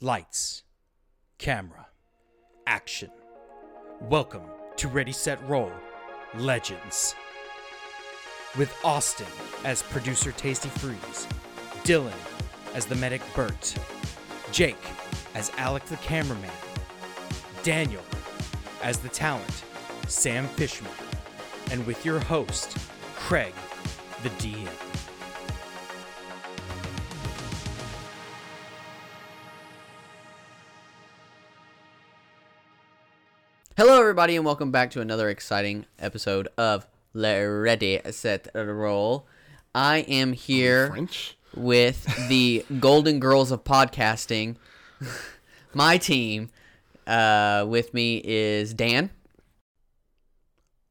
Lights, camera, action. Welcome to Ready Set Roll Legends. With Austin as producer Tasty Freeze, Dylan as the medic Bert, Jake as Alec the cameraman, Daniel as the talent Sam Fishman, and with your host Craig the DM. Hello, everybody, and welcome back to another exciting episode of Le Ready Set Roll. I am here French. with the Golden Girls of Podcasting. My team. Uh, with me is Dan.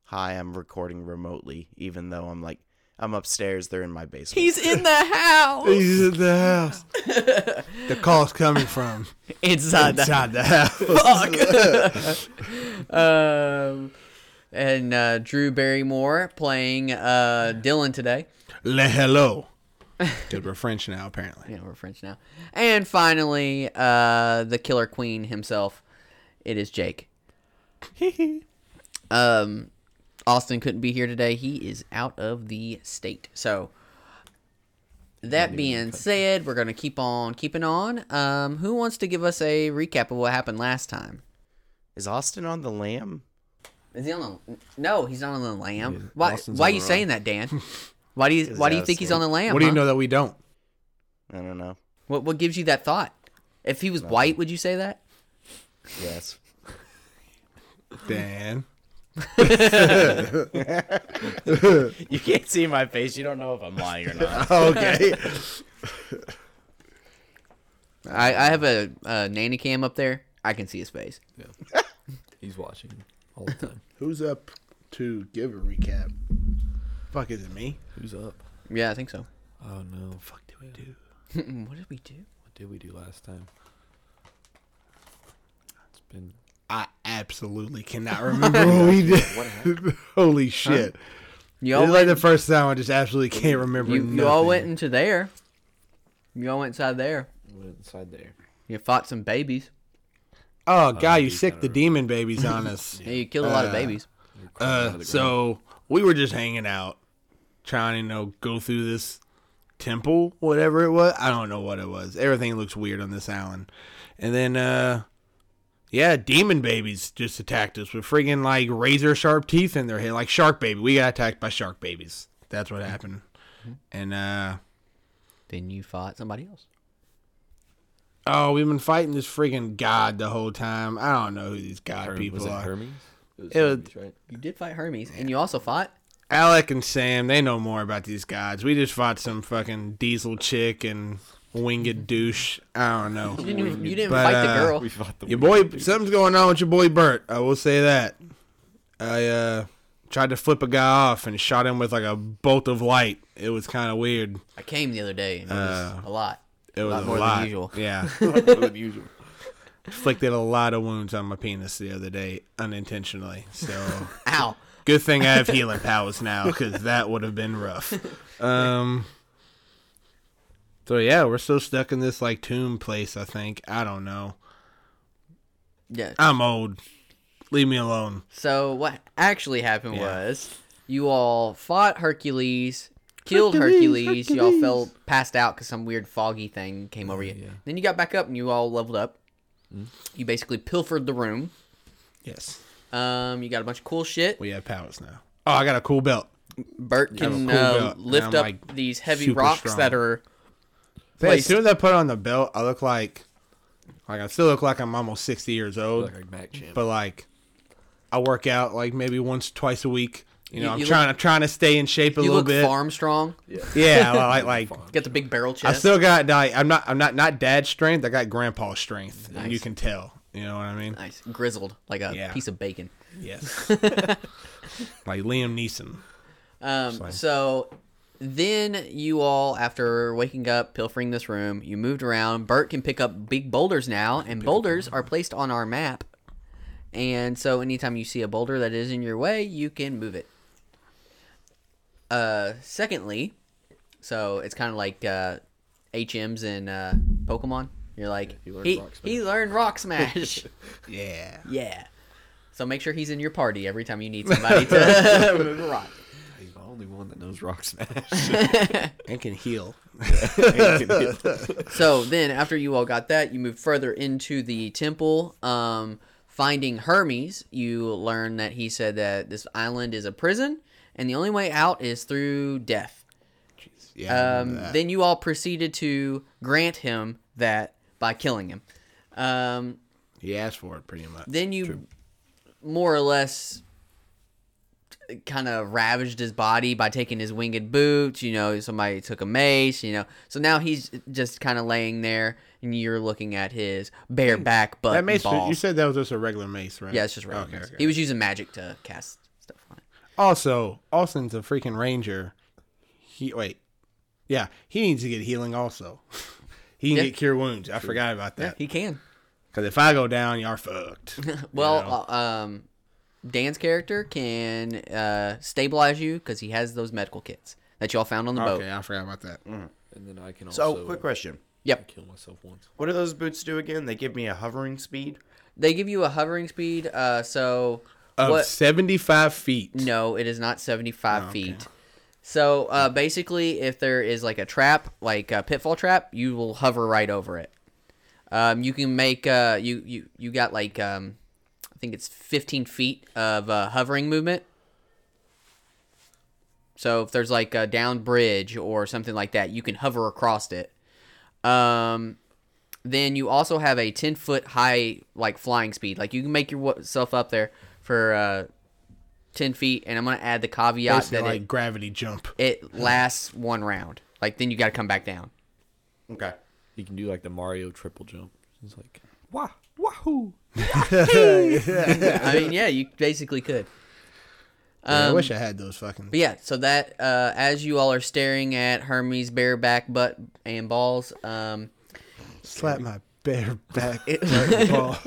Hi, I'm recording remotely, even though I'm like I'm upstairs. They're in my basement. He's in the house. He's in the house. the call's coming from Inside the inside the house. Um, and uh, Drew Barrymore playing uh, Dylan today. Le hello. Dude, we're French now, apparently. Yeah, we're French now. And finally, uh, the Killer Queen himself. It is Jake. um, Austin couldn't be here today. He is out of the state. So that being said, we're gonna keep on keeping on. Um, who wants to give us a recap of what happened last time? Is Austin on the lamb? Is he on the? No, he's not on the lamb. He's- Why? Austin's why on are you the saying that, Dan? Why do you? Because Why do you I think he's was here. on the lamb? What do you huh? know that we don't? I don't know. What What gives you that thought? If he was white, would you say that? Yes. Dan. You can't see my face. You don't know if I'm lying or not. Okay. I, I have a, a nanny cam up there. I can see his face. He's watching all the time. Who's up to give a recap? Fuck, is it me? Who's up? Yeah, I think so. Oh no! Fuck! Did we do? Mm, what did we do? What did we do last time? It's been. I absolutely cannot remember what we did. Holy shit. You all It's like went, the first time I just absolutely can't remember you, you all nothing. went into there. You all went inside there. We went inside there. You fought some babies. Oh, God, you dude, sicked the demon babies on us. Yeah, you killed a lot of Uh, babies. We were crawling out of Uh, the so we were just hanging out, trying to you know go through this temple, whatever it was. I don't know what it was. Everything looks weird on this island. And then, uh, yeah, demon babies just attacked us with friggin' like razor sharp teeth in their head, like shark baby. We got attacked by shark babies. That's what happened. And uh, Then you fought somebody else. oh, we've been fighting this friggin' god the whole time. I don't know who these god Herm- people was it are. Hermes? It was, It was- Hermes, right? You did fight Hermes, and you also fought. Alec and Sam, they know more about these gods. We just fought some fucking diesel chick and winged douche. I don't know. You didn't, even- you didn't But, fight the uh, girl. We fought the. Your boy, something's going on with your boy Bert. I will say that. I uh, tried to flip a guy off and shot him with like a bolt of light. It was kind of weird. I came the other day, and it was Uh. a lot. It was lot a more than lot. usual. Yeah, than usual. inflicted a lot of wounds on my penis the other day unintentionally. So Ow! Good thing I have healing powers now, because that would have been rough. Um. So yeah, we're still stuck in this like tomb place. I think I don't know. Yeah. I'm old. Leave me alone. So what actually happened Yeah. was you all fought Hercules, killed Hercules. Y'all fell passed out because some weird foggy thing came over you. Then you got back up and you all leveled up. Mm. You basically pilfered the room. Yes, Um, you got a bunch of cool shit. we have powers now. Oh, I got a cool belt. Bert have a can cool uh, belt, and lift I'm, up like, these heavy super rocks strong. that are. Man, Place- as soon as I put on the belt, I look like like I still look like I'm almost sixty years old, Like our Mac champ. but like I work out like maybe once twice a week. You know, You- I'm you look- trying. I'm trying to stay in shape a You little look bit. farm strong. Yeah, I like like Farm. Got the big barrel I chest. still got like I'm not I'm not not dad strength. I got grandpa strength, and you Nice. can tell. You know what I mean? nice, grizzled like a Yeah. piece of bacon. Yes. like Liam Neeson. Um, so then you all, after waking up, pilfering this room, you moved around. Bert can pick up big boulders now, and boulders are placed on our map. And so anytime you see a boulder that is in your way, you can move it. Uh, secondly, so it's kind of like uh, HMs in uh, Pokemon. You're like he learned he Rock Smash." he learned rock smash. Yeah. yeah. So make sure he's in your party every time you need somebody to move a rock. He's the only one that knows Rock Smash. And can heal. So then, after you all got that, you move further into the temple. Um, finding Hermes, you learn that he said that this island is a prison, and the only way out is through death. Yeah. I remember Um, that. then you all proceeded to grant him that by killing him. Um, he asked for it pretty much. then you more or less kind of ravaged his body by taking his winged boots you know somebody took a mace you know so now he's just kind of laying there and you're looking at his bare back butt That mace, and balls. you said that was just a regular mace, right? yeah it's just right Okay, okay. he was using magic to cast stuff on it Also, Austin's a freaking ranger. He wait, yeah, he needs to get healing. Also, he can Yeah. get cure wounds. I forgot about that. he can Because if I go down, y'all fucked. well You know? uh, um dan's character can uh stabilize you because he has those medical kits that y'all found on the boat okay, I forgot about that. and then I can So, also quick question. yep kill myself once. What do those boots do again? They give me a hovering speed. they give you a hovering speed uh so Of what seventy-five feet. No, it is not 75 Oh, feet. So uh, basically, if there is like a trap, like a pitfall trap, you will hover right over it. Um, you can make uh, you you you got like um, I think it's 15 feet of uh, hovering movement. So if there's like a down bridge or something like that, you can hover across it. Um, then you also have a 10 foot high like flying speed. Like you can make yourself up there for uh, 10 feet, and I'm gonna add the caveat Basically, that like gravity jump. it, it lasts one round. Like then you got to come back down. Okay. You can do like the Mario triple jump. It's like Wah, wahoo! I mean, yeah, you basically could. Um, I wish I had those fucking. But yeah, so that uh, as you all are staring at Hermes' bare back, butt, and balls, um, Slap my bare back. right ball.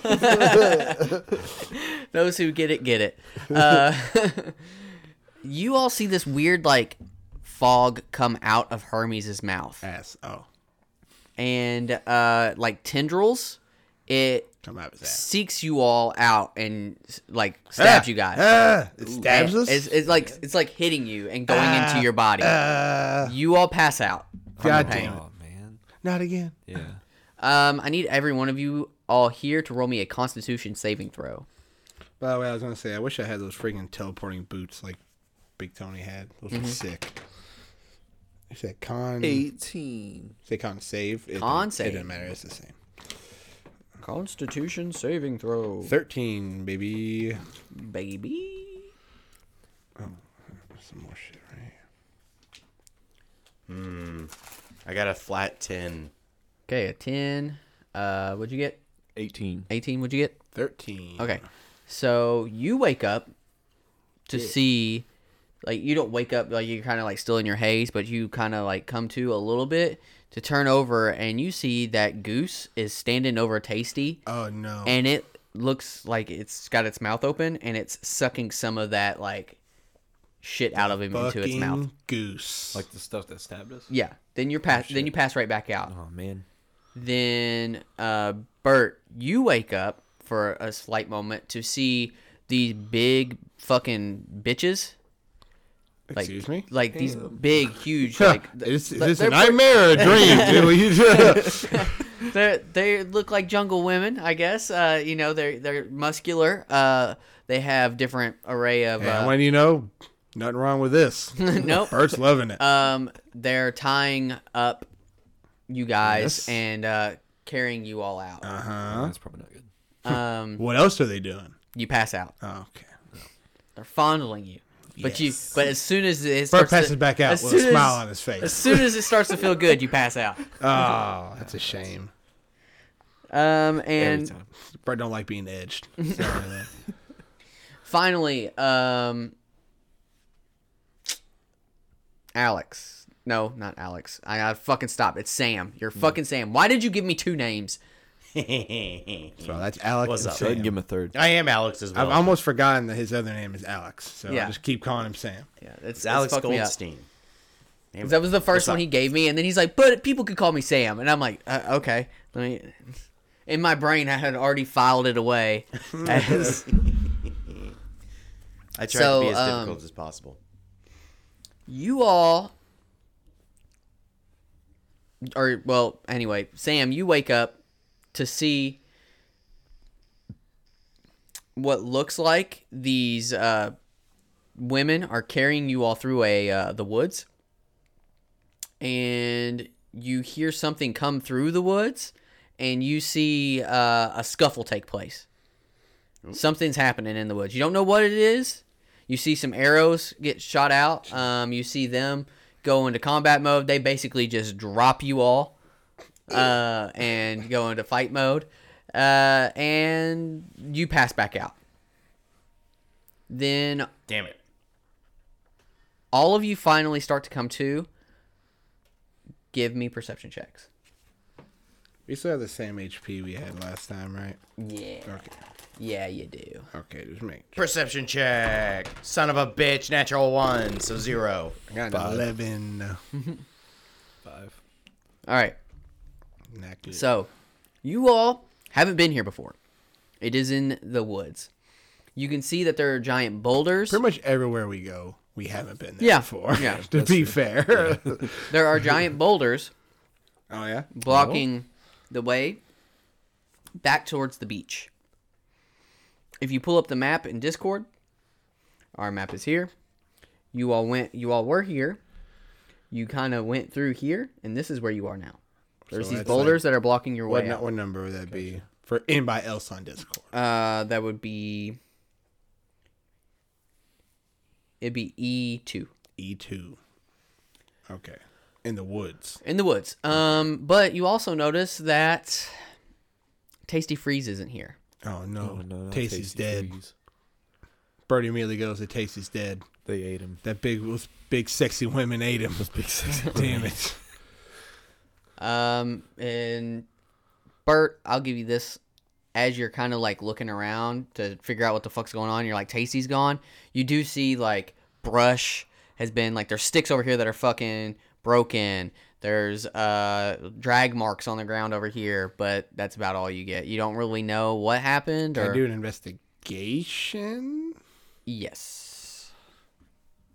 those who get it get it. Uh, you all see this weird like fog come out of Hermes' mouth, ass. Oh, and uh, like tendrils, it come out of his ass. seeks you all out and like stabs Ah, you guys. ah, it stabs us. Ah, It's, it's like it's like hitting you and going into your body. Uh, you all pass out. God pain. damn it! oh man, Not again. yeah. Um, I need every one of you all here to roll me a Constitution saving throw. By the way, I was gonna say I wish I had those freaking teleporting boots like Big Tony had. Those Mm-hmm. were sick. Is that con? Eighteen. Say con save. It Con don't- It save. doesn't matter. It's the same. Constitution saving throw, Thirteen, baby. baby. Some more shit right here. I got a flat 10. Okay, a ten. Uh, what'd you get? Eighteen. Eighteen. What'd you get? Thirteen. Okay, so you wake up to see, like, you don't wake up like you're kind of like still in your haze, but you kind of like come to a little bit to turn over, and you see that Goose is standing over Tasty, Oh no. and it looks like it's got its mouth open and it's sucking some of that like shit out of him into its Fucking mouth. goose. Like the stuff that stabbed us. Yeah. Then you're pass. then you pass right back Uh-huh. out. Oh man. Then uh, Bert, you wake up for a slight moment to see these big fucking bitches. Like, Excuse me. Like these big, huge, Huh, like th- is, is they're- this a they're nightmare or a dream? dude? they they look like jungle women, I guess. Uh, you know, they're they're muscular. Uh, they have different array of. and uh, when you know, nothing wrong with this. nope. Bert's loving it. Um, they're tying up you guys Yes. Uh-huh. and uh, carrying you all out. huh? That's probably not good. Um, What else are they doing? you pass out. Oh, okay. They're fondling you, but you. Yes. But as soon as it Bert starts passes to, back out as with a soon as- smile on his As face. soon as it starts to feel good, you pass out. Oh, that's a shame. Um, Every and time. Bro, don't like being edged. uh, Sorry, man. finally, um, Alex. No, not Alex. I gotta fucking stop. It's Sam. Hmm. You're fucking Sam. Why did you give me two names? so that's Alex. What's and up? Go ahead and Sam. give him a third. I am Alex as I've well. almost forgotten that his other name is Alex, so Yeah. I just keep calling him Sam. Yeah, it's, it's Alex fucked me up. Goldstein. That was the first What's one up? he gave me, and then he's like, "But people could call me Sam," and I'm like, uh, "Okay." I mean, in my brain, I had already filed it away. as- I tried So, to be as um, difficult as possible. you all or well anyway sam you wake up to see what looks like these uh, women are carrying you all through a uh, the woods and you hear something come through the woods and you see uh, a scuffle take place something's happening in the woods you don't know what it is you see some arrows get shot out. Um, you see them go into combat mode. They basically just drop you all uh, and go into fight mode. Uh, and you pass back out. Then Damn it. all of you finally start to come to. Give me perception checks. We still have the same HP we had last time, right? Yeah. Okay. Yeah, you do. Okay, just make. Perception check. Son of a bitch. Natural one, so zero. I got an eleven. Five. All right. Not good. So, you all haven't been here before. It is in the woods. You can see that there are giant boulders. pretty much everywhere we go, we haven't been there Yeah, before. yeah, to be fair. There are giant boulders oh yeah. blocking the way back towards the beach. If you pull up the map in Discord, our map is here. You all went you all were here. You kind of went through here and this is where you are now. There's So these that's boulders that are blocking your What, way. nu- Out. what number would that be for anybody else on Discord? Uh that would be It'd be E2 E two. Okay. In the woods. in the woods. Um but you also notice that Tasty Freeze isn't here. Oh no, Oh, no, not Tasty's Tasty dead. Freeze. Birdie immediately goes to Tasty's dead. They ate him. That big those big sexy women ate him. Those big sexy Damn it. Um, and Bert, I'll give you this. As you're kind of like looking around to figure out what the fuck's going on, you're like, Tasty's gone. You do see like brush has been like there's sticks over here that are fucking broken. There's uh drag marks on the ground over here, but that's about all you get. You don't really know what happened Can or I do an investigation? yes.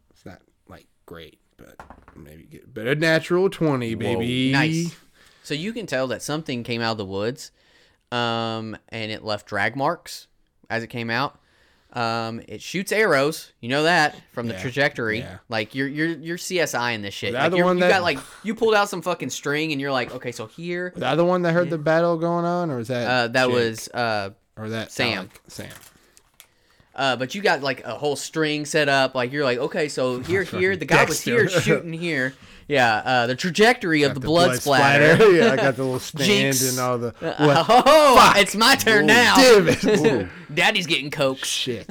It's not like great, but maybe get better natural twenty, baby. Oh, Nice. So you can tell that something came out of the woods, um, and it left drag marks as it came out. Um, it shoots arrows. You know that from the Yeah, trajectory. yeah. Like you're you're you're CSI in this shit. that Like the you're- one you that- got like you pulled out some fucking string, and you're like, okay, so here. The other one that heard the battle going on, or is that Uh, that Jake? was uh, or that Sam. Alec? Sam. uh, but you got like a whole string set up. Like you're like, okay, so here, here, the guy was here Dexter. shooting here. Yeah, uh, the trajectory of the, blood, splatter. yeah, I got the little stand Jinx. and all the what? Oh, it's my turn now. Damn it! Daddy's getting coke. Shit.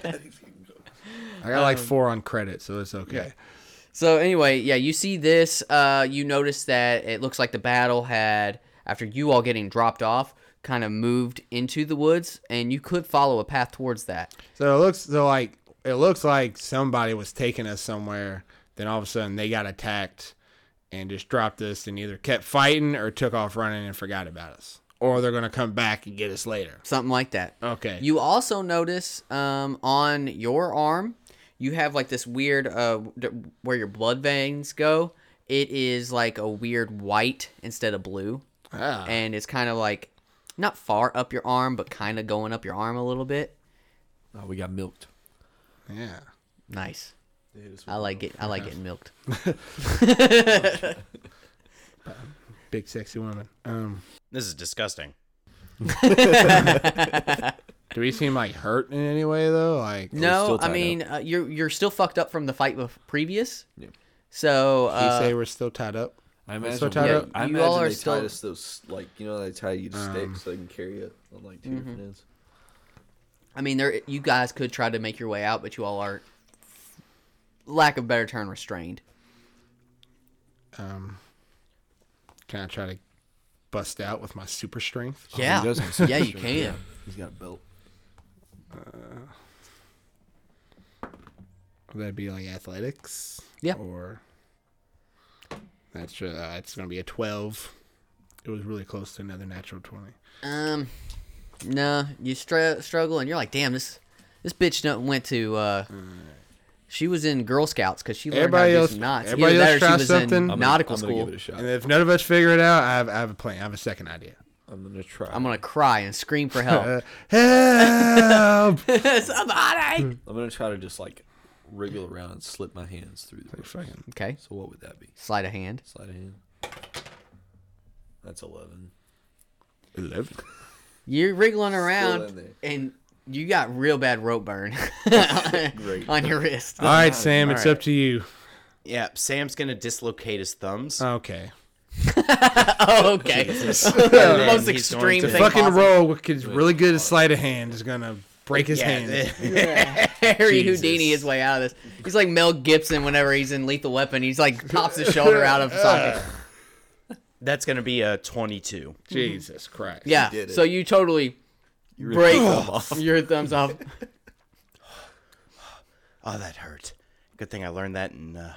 I got Um, like four on credit, so it's okay. So anyway, yeah, you see this. Uh, you notice that it looks like the battle had, after you all getting dropped off, kind of moved into the woods, and you could follow a path towards that. So it looks so like it looks like somebody was taking us somewhere. Then all of a sudden they got attacked and just dropped us and either kept fighting or took off running and forgot about us. Or they're gonna come back and get us later. Something like that. Okay. You also notice um, on your arm, you have like this weird uh, d- where your blood veins go. It is like a weird white instead of blue, Ah. and it's kind of like not far up your arm, but kind of going up your arm a little bit. Oh, we got milked. yeah. Nice. I like it. I like Uh-huh. getting milked. Big sexy woman. Um This is disgusting. do we seem like hurt in any way though? Like No, still I tied mean uh, you're you're still fucked up from the fight bef- previous. Yeah. So do you uh, say we're still tied up? I We're imagine. so tied yeah, up. I You imagine all are they still- tied us those like you know they tie you to sticks so they can carry it on like 2 different Mm-hmm. ends. I mean there you guys could try to make your way out, but you all are, lack of better term, restrained. Um can I try to bust out with my super strength? Yeah, does have some yeah, you strength, can. yeah. He's got a belt. Would that be like athletics? Yeah. Or that's uh, it's gonna be a twelve. It was really close to another natural twenty. Um, no, you str- struggle, and you're like, damn, this this bitch done went to. uh She was in Girl Scouts because she learned Mm. Everybody how to else- do some knots. everybody Either else that or try she was something. I'm in gonna- nautical I'm school. Gonna give it a shot. And if none of us figure it out, I have I have a plan. I have a second idea. I'm gonna try. I'm gonna cry and scream for help. Uh, help! Somebody. I'm gonna try to just like wriggle around and slip my hands through the ropes. Fucking Okay, So what would that be? sleight of hand. Slide a hand. That's eleven. eleven. You're wriggling in around, there. and you got real bad rope burn Great. Oh, on your wrist. All right, Sam, it's up to you. Yeah, Sam's gonna dislocate his thumbs. Okay. Oh, okay. the then most he's going extreme to thing. Fucking possible. roll, is really good at sleight of hand, is gonna break his hand. Harry Jesus. Houdini his way out of this. He's like Mel Gibson whenever he's in Lethal Weapon. He's like pops his shoulder out of socket. That's gonna be a twenty-two. Jesus Christ. Yeah. did it. So you totally break your thumbs off. Oh, that hurt. Good thing I learned that in uh,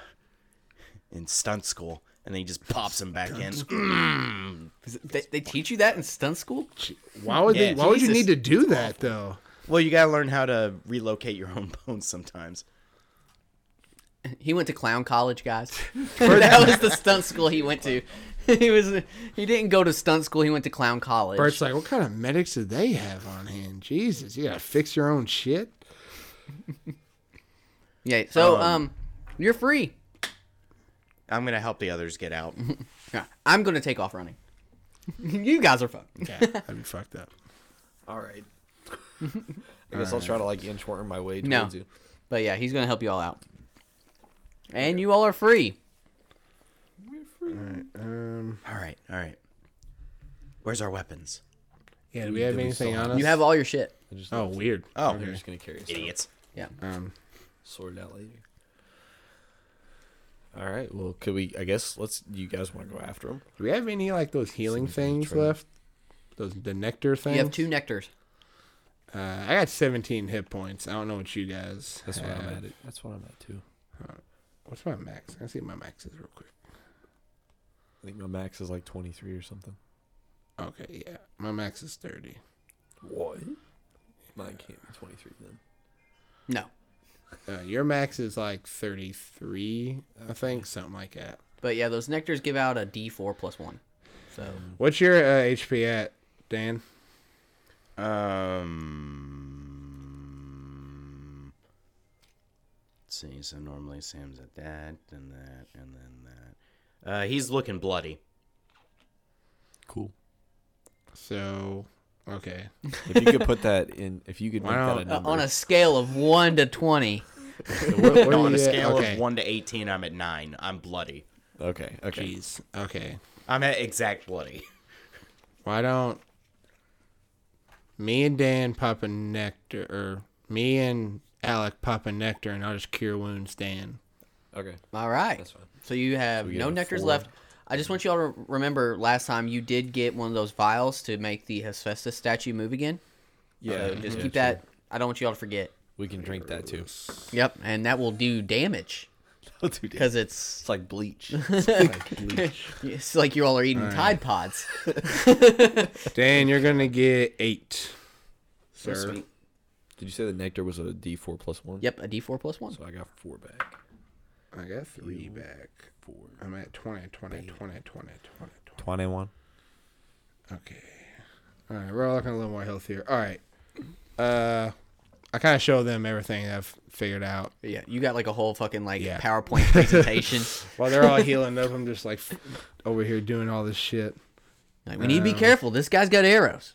in stunt school. And then he just pops him back in. They, they teach you that in stunt school? Why would they? Yeah. Why would you need Jesus. to do that though? Well, you gotta learn how to relocate your own bones sometimes. He went to clown college, guys. that was the stunt school he went to. He was he didn't go to stunt school. He went to clown college. Bert's like, what kind of medics do they have on hand? Jesus, you gotta fix your own shit. yeah. So um, you're free. I'm gonna help the others get out. Yeah, I'm gonna take off running. you guys are fucked. Yeah, I'd be fucked up. All right. I guess I'll try to like inchworm my way No. towards you. But yeah, he's gonna help you all out. And you all are free. all right, all right. Where's our weapons? Yeah, do we have anything on us? You have all your shit. I just, Oh, weird. Um, Oh, I'm just gonna carry this. out. idiots. Yeah. Sort it out later. All right. Well, could we? I guess let's. You guys want to go after him? Do we have any like those healing things left? Those the nectar things. You have two nectars. Uh, I got 17 hit points. I don't know what you guys. That's what I'm have. at. It. That's what I'm at too. What's my max? I see what my max is real quick. I think my max is like 23 or something. Okay, yeah, my max is 30. What? Mine can't be 23 then. No. Uh, your max is like 33, I think, something like that. But yeah, those nectars give out a D4 plus one. So What's your uh, HP at, Dan? Um. Let's see. So normally Sam's at that, and that, and then that. Uh, he's looking bloody. Cool. So, okay, If you could put that in, if you could make Wow. that uh, Uh, a number. on a scale of one to twenty, What are On a you at? scale Okay. of one to eighteen, I'm at nine. I'm bloody. okay. Okay. Jeez. Okay. I'm at exact bloody. Why don't me and Dan pop a nectar, or me and Alec pop a nectar, and I'll just cure wounds, Dan. Okay. all right. fine. So you have we no get a nectars four. left. I just want you all to remember last time you did get one of those vials to make the asbestos statue move again. Yeah. So Uh, just keep that. I don't want you all to forget. We can drink that too. Yep, and that will do damage because it's It's like bleach. it's like you all are eating Tide Pods. Dan, you're gonna get eight, sir. Did you say the nectar was a D4 plus one? Yep, a D4 plus one. So I got four back. I got three back. Four. I'm at 20, 20, 20, 20, 20, 21. 20. Okay. All right, we're all looking a little more healthier. All right. Uh, I kind of show them everything I've figured out. Yeah, you got like a whole fucking like Yeah. PowerPoint presentation. While they're all healing up, I'm just like f- over here doing all this shit. Like, we need to be careful. This guy's got arrows.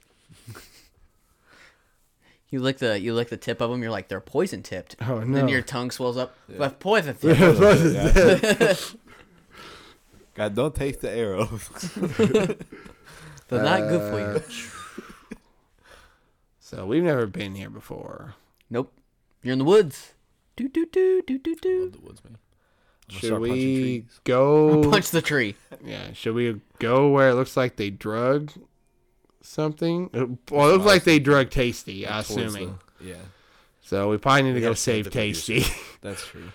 you lick the you lick the tip of them. You're like they're poison tipped. Oh, And no. Then your tongue swells up. But poison tipped. God, don't taste the arrow. They're not good for you. So we've never been here before. Nope. You're in the woods. Do do do do do do. the woods, man. I'm gonna Should start punching we trees. go? Punch the tree. Yeah, should we go where it looks like they drug something? Uh, Well, it looks like they drug Tasty, I'm Towards the- assuming. yeah, So we probably need to go gotta save save the producer. Tasty. that's true.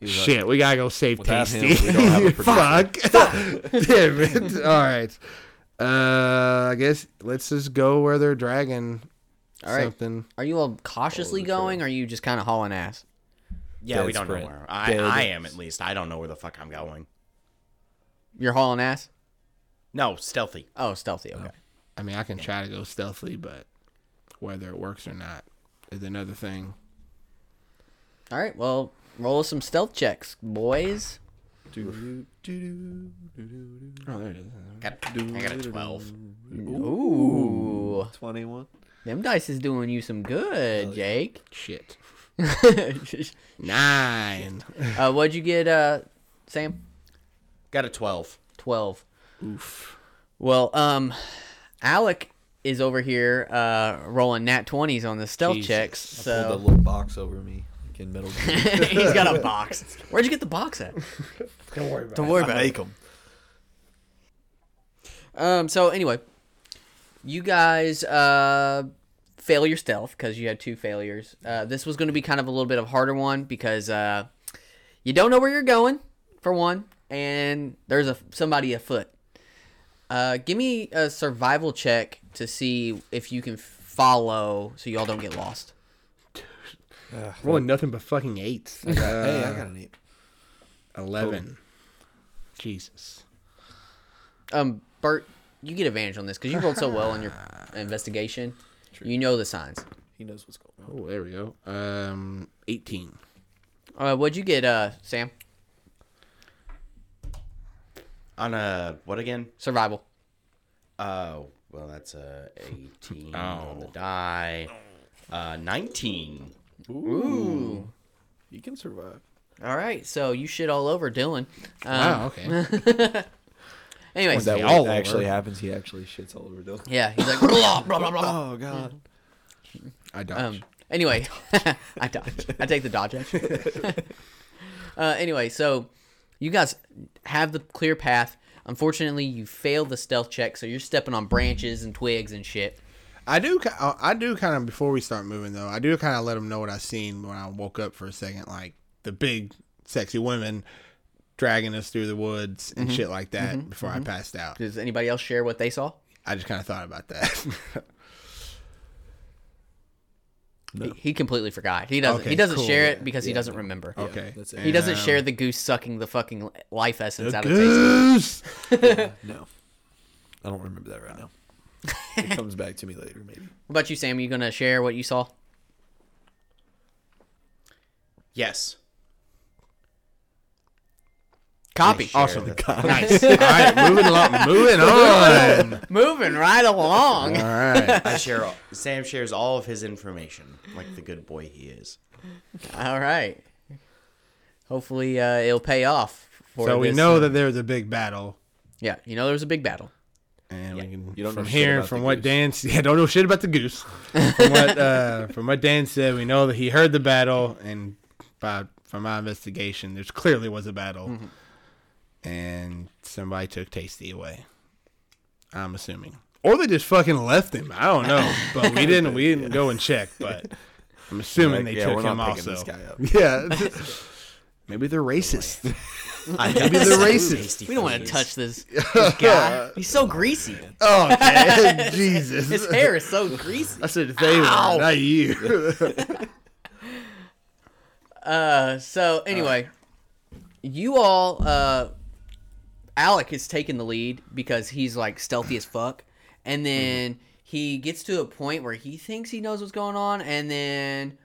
He was like, Shit, we gotta go save Without him, Tasty. we don't have a Fuck. Damn it. All right. Uh, I guess let's just go where they're dragging All right. something. Are you all cautiously going, or are you just kind of hauling ass? Yeah, we don't know Desperate. where. I, Dead. I am at least. I don't know where the fuck I'm going. You're hauling ass. No, stealthy. Oh, stealthy. Okay. I mean, I can try to go stealthily, but whether it works or not is another thing. All right. Well, roll some stealth checks, boys. Oh, there it is. I got, I got a 12. Ooh, Twenty-one. them dice is doing you some good, Jake. Shit. uh, Nine. what'd you get, uh, Sam? Got a 12. 12. Well, um, Alec is over here uh, rolling nat 20s on the stealth Jesus. checks. Pulled a So little box over me, like in Metal Gear. he's got a box. Where'd you get the box at? Don't worry about Don't worry I about it. make 'em. Um, so anyway, you guys uh, fail your stealth because you had two failures. Uh, this was going to be kind of a little bit of a harder one because uh, you don't know where you're going for one, and there's a somebody afoot. Uh, give me a survival check to see if you can follow, so y'all don't get lost. Rolling nothing but fucking eights. Hey, Uh, I got an eight. Eleven. Jesus. Um, Bert, you get advantage on this because you rolled so well on your investigation. You know the signs. He knows what's going on. Oh, there we go. Um, eighteen. Uh, what'd you get, uh, Sam? On a, what again? Survival. Oh, well, that's a 18 on the die. Uh, 19. You can survive. All right, so you shit all over Dylan. Um, Wow. Okay. Anyways, that That all all actually over. happens. He actually shits all over Dylan. yeah, he's like blah blah blah blah. Oh God. I Um, dodged. anyway, I dodge. I take the dodge action. uh, anyway, so you guys have the clear path. Unfortunately, you fail the stealth check, so you're stepping on branches and twigs and shit. I do. ki- uh, I I do kind of before we start moving though. I do kind of let them know what I seen when I woke up for a second, like the big sexy women dragging us through the woods and Mm-hmm. shit like that before I passed out. Does anybody else share what they saw? I just kind of thought about that. He, he completely forgot. He doesn't. Okay, he doesn't cool. share it because he doesn't remember. okay. that's it. He doesn't share the goose sucking the fucking li- life essence out of Tasty. Goose. No, I don't remember that right now. It comes back to me later, maybe. What about you, Sam? Are you gonna share what you saw? Yes. Copy. Awesome. nice. All right, moving along. Moving on. Moving right along. All right. I share, all, Sam shares all of his information like the good boy he is. All right. Hopefully, uh, it'll pay off. For So we this, know uh, that there was a big battle, Yeah, you know there was a big battle. and we can You don't from know shit here about from the what goose. Dan s- yeah don't know shit about the goose. From what uh, from what Dan said, we know that he heard the battle, and by from my investigation, there's clearly was a battle, Mm-hmm. and somebody took Tasty away. I'm assuming, or they just fucking left him. I don't know, but we didn't we didn't go and check, but. I'm assuming Like, they yeah, took we're him not picking also. this guy up. Yeah. Maybe they're racist. I Maybe they're racist. Tasty We don't want to fingers. touch this, this guy. He's so greasy. Oh, okay. Jesus. His hair is so greasy. I said they were, not you. Uh, so anyway, you all, uh, Alec is taking the lead because he's like stealthy as fuck, Mm-hmm. and then he gets to a point where he thinks he knows what's going on, and then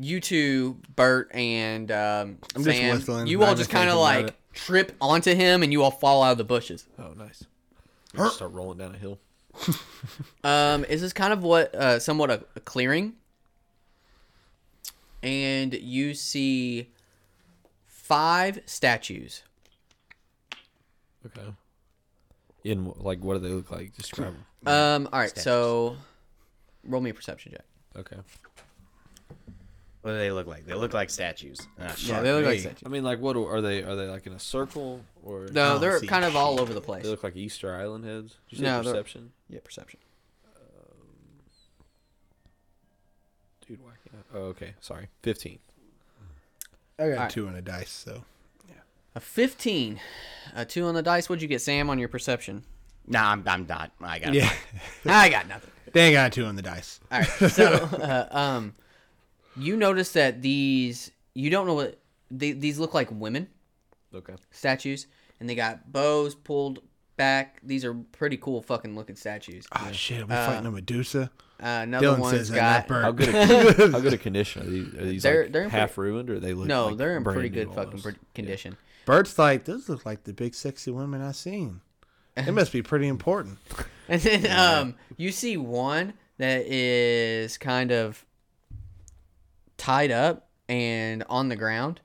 you two, Bert and um, I'm just Sam, whistling, you not all even just kind of thinking about like trip onto him, and you all fall out of the bushes. Oh, nice. You just start rolling down a hill. Um, this is kind of what uh, somewhat a, a clearing, and you see five statues. Okay. In wh- like, what do they look like? Describe them. Um. All right. So, roll me a perception check. Okay. What do they look like? They look like statues. Ah, Yeah, shit. they look like me. statues. I mean, like, what are they? Are they like in a circle or? No, they're see kind of all over the place. They look like Easter Island heads. Did you say No, they're- perception. Yeah, perception. Dude, why can't I? Oh, okay. Sorry. Fifteen. I got Alright. two on a dice, so A fifteen, a two on the dice. What'd you get, Sam, on your perception? Nah, I'm, I'm not. I got Yeah. I got nothing. they ain't got two on the dice. All right. So, uh, um, you notice that these you don't know what they, these look like women Okay. statues, and they got bows pulled back. These are pretty cool fucking looking statues. Oh shit, are we fighting a Medusa? Uh, another Dylan one's says that. got Not Bert. How good? A, how good a condition are these? Are these They're- like they're in half ruined, or they look? no, like they're in brand pretty new good fucking almost? pretty condition. Bert's like, those look like the big sexy women I seen. They must be pretty important. And then um, you see one that is kind of tied up and on the ground,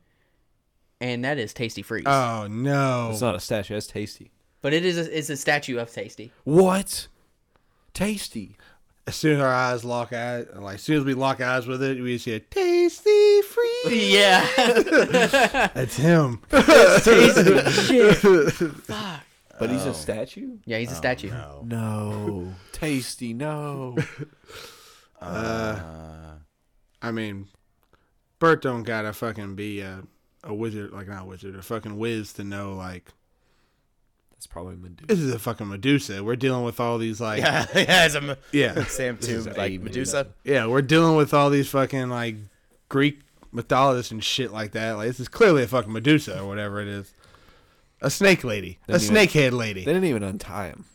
and that is Tasty Freeze. Oh no. It's not a statue. That's tasty. but it is a, it's a statue of Tasty. What? Tasty. As soon as our eyes lock eyes, like as soon as we lock eyes with it, we see a tasty free. yeah. That's him. But he's a statue. Yeah, Oh, he's a statue. No. tasty. No. I mean, Bert don't gotta fucking be a, a wizard, like not wizard, a fucking whiz to know like That's probably Medusa. this is a fucking Medusa. We're dealing with all these like yeah, yeah, it's a M- yeah, Sam Tomb, is like a Medusa. we're dealing with all these fucking like Greek mythologists and shit like that. Like this is clearly a fucking Medusa or whatever it is. A snake lady, a Didn't even- snake head lady. They didn't even untie him.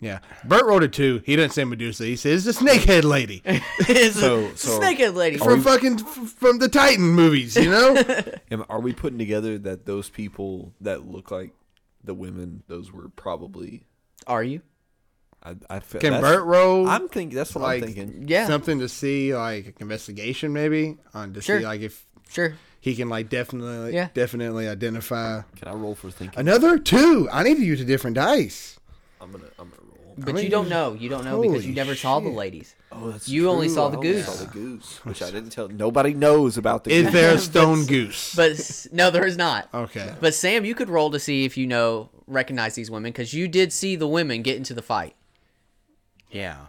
Yeah, Bert wrote it too. He didn't say Medusa. He says it's a snake head lady. it's So- a so- snakehead lady. from fucking f- from the Titan movies, you know? Am, are we putting together that those people that look like the women, those were probably? Are you? I, I feel, Can that's- Bert roll I'm thinking. That's what like- I'm thinking. Yeah. something to see like an investigation maybe on to Sure. see like if sure. he can like definitely Yeah. definitely identify Can I roll for thinking? another two. I need to use a different dice. I'm gonna. I'm gonna roll. But you don't know. You don't know because you Holy never saw the shit. ladies. Oh, that's You only saw the I only goose. saw the goose, which I didn't tell. Nobody knows about the Is goose. there a stone goose? But s- no, there is not. okay. But Sam, you could roll to see if you know recognize these women because you did see the women get into the fight. Yeah.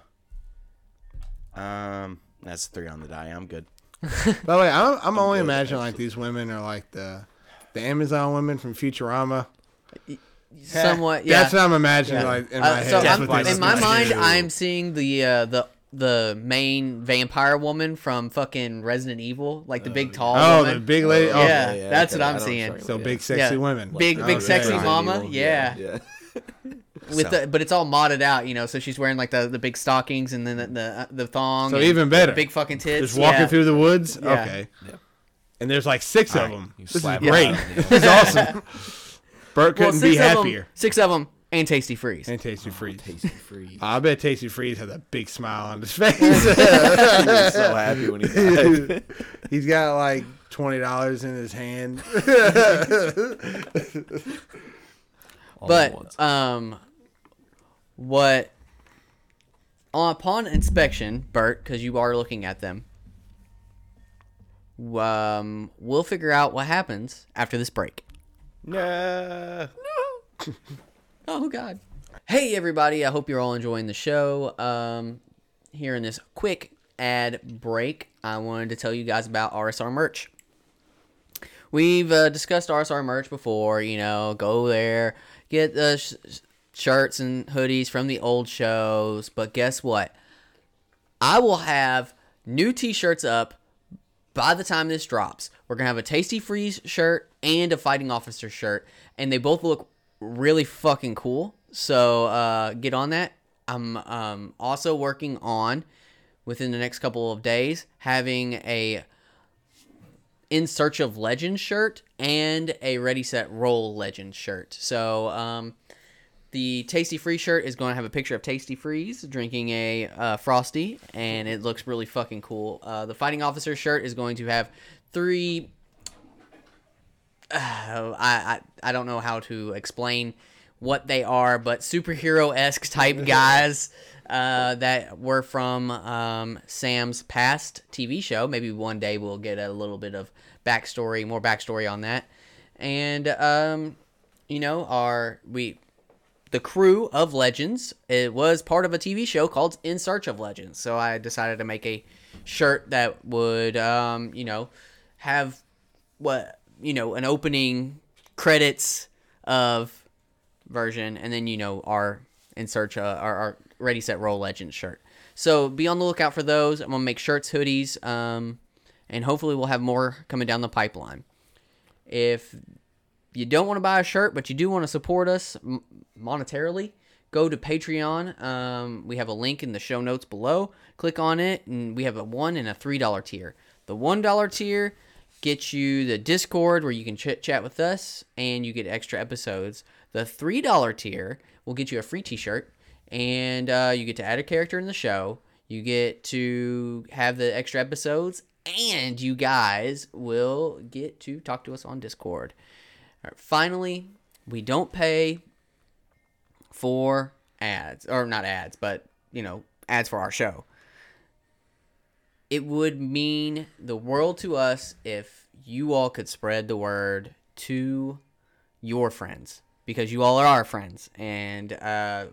Um, that's three on the die. I'm good. By the way, I'm, I'm only imagining like these women are like the the Amazon women from Futurama. Somewhat. Yeah. That's what I'm imagining Yeah. like in my Uh, head. so That's I'm- what they in look my like. mind, I'm seeing the uh, the the main vampire woman from fucking Resident Evil, like the big tall Oh, woman. the big lady. Oh, Yeah, that's what okay, I'm I know seeing. you're talking So about, big, Oh, yeah. sexy Yeah. women. Big- big Okay. sexy Resident mama, Evil, yeah. yeah. with the, but it's all modded out, you know. So she's wearing like the, the big stockings and then the the, the thong. So and even better. Big fucking tits. Just walking yeah. through the woods. Yeah. Okay. Yeah. And there's like six of Right, them. you This is slap great. it out. This is awesome. Bert Well, couldn't be six of 'em- happier. six of them and tasty freeze. And Tasty Freeze. Tasty free. I bet Tasty Freeze has a big smile on his face. He's so happy when he died. He's got like twenty dollars in his hand. All at once. But um, what upon inspection, Bert, because you are looking at them, um, we'll figure out what happens after this break. No. Oh God! Hey everybody, I hope you're all enjoying the show. Um, here in this quick ad break, I wanted to tell you guys about RSR merch. We've uh, discussed RSR merch before. You know, go there, get the sh- sh- shirts and hoodies from the old shows. But guess what? I will have new T-shirts up by the time this drops, we're gonna have a Tasty Freeze shirt and a Fighting Officer shirt, and they both look really fucking cool. So uh, get on that. I'm um, also working on within the next couple of days having a in search of legend shirt and a ready set roll legend shirt so um, the tasty free shirt is going to have a picture of tasty freeze drinking a uh, frosty and it looks really fucking cool uh, the fighting officer shirt is going to have three uh, I, I i don't know how to explain what they are but superhero-esque type guys uh, that were from um, sam's past tv show maybe one day we'll get a little bit of backstory more backstory on that and um, you know our we the crew of Legends. It was part of a TV show called In Search of Legends. So I decided to make a shirt that would, um, you know, have what you know an opening credits of version, and then you know our and search uh, our, our Ready Set Roll Legends shirt. So be on the lookout for those. I'm gonna make shirts, hoodies, um, and hopefully we'll have more coming down the pipeline. If you don't want to buy a shirt, but you do want to support us m- monetarily, go to Patreon. Um, we have a link in the show notes below. Click on it, and we have a one and a three dollar tier. The one dollar tier gets you the Discord where you can chit chat with us, and you get extra episodes. The three dollar tier will get you a free T-shirt, and uh, you get to add a character in the show. You get to have the extra episodes, and you guys will get to talk to us on Discord. All right, finally, we don't pay for ads, or not ads, but you know, ads for our show. It would mean the world to us if you all could spread the word to your friends because you all are our friends and uh,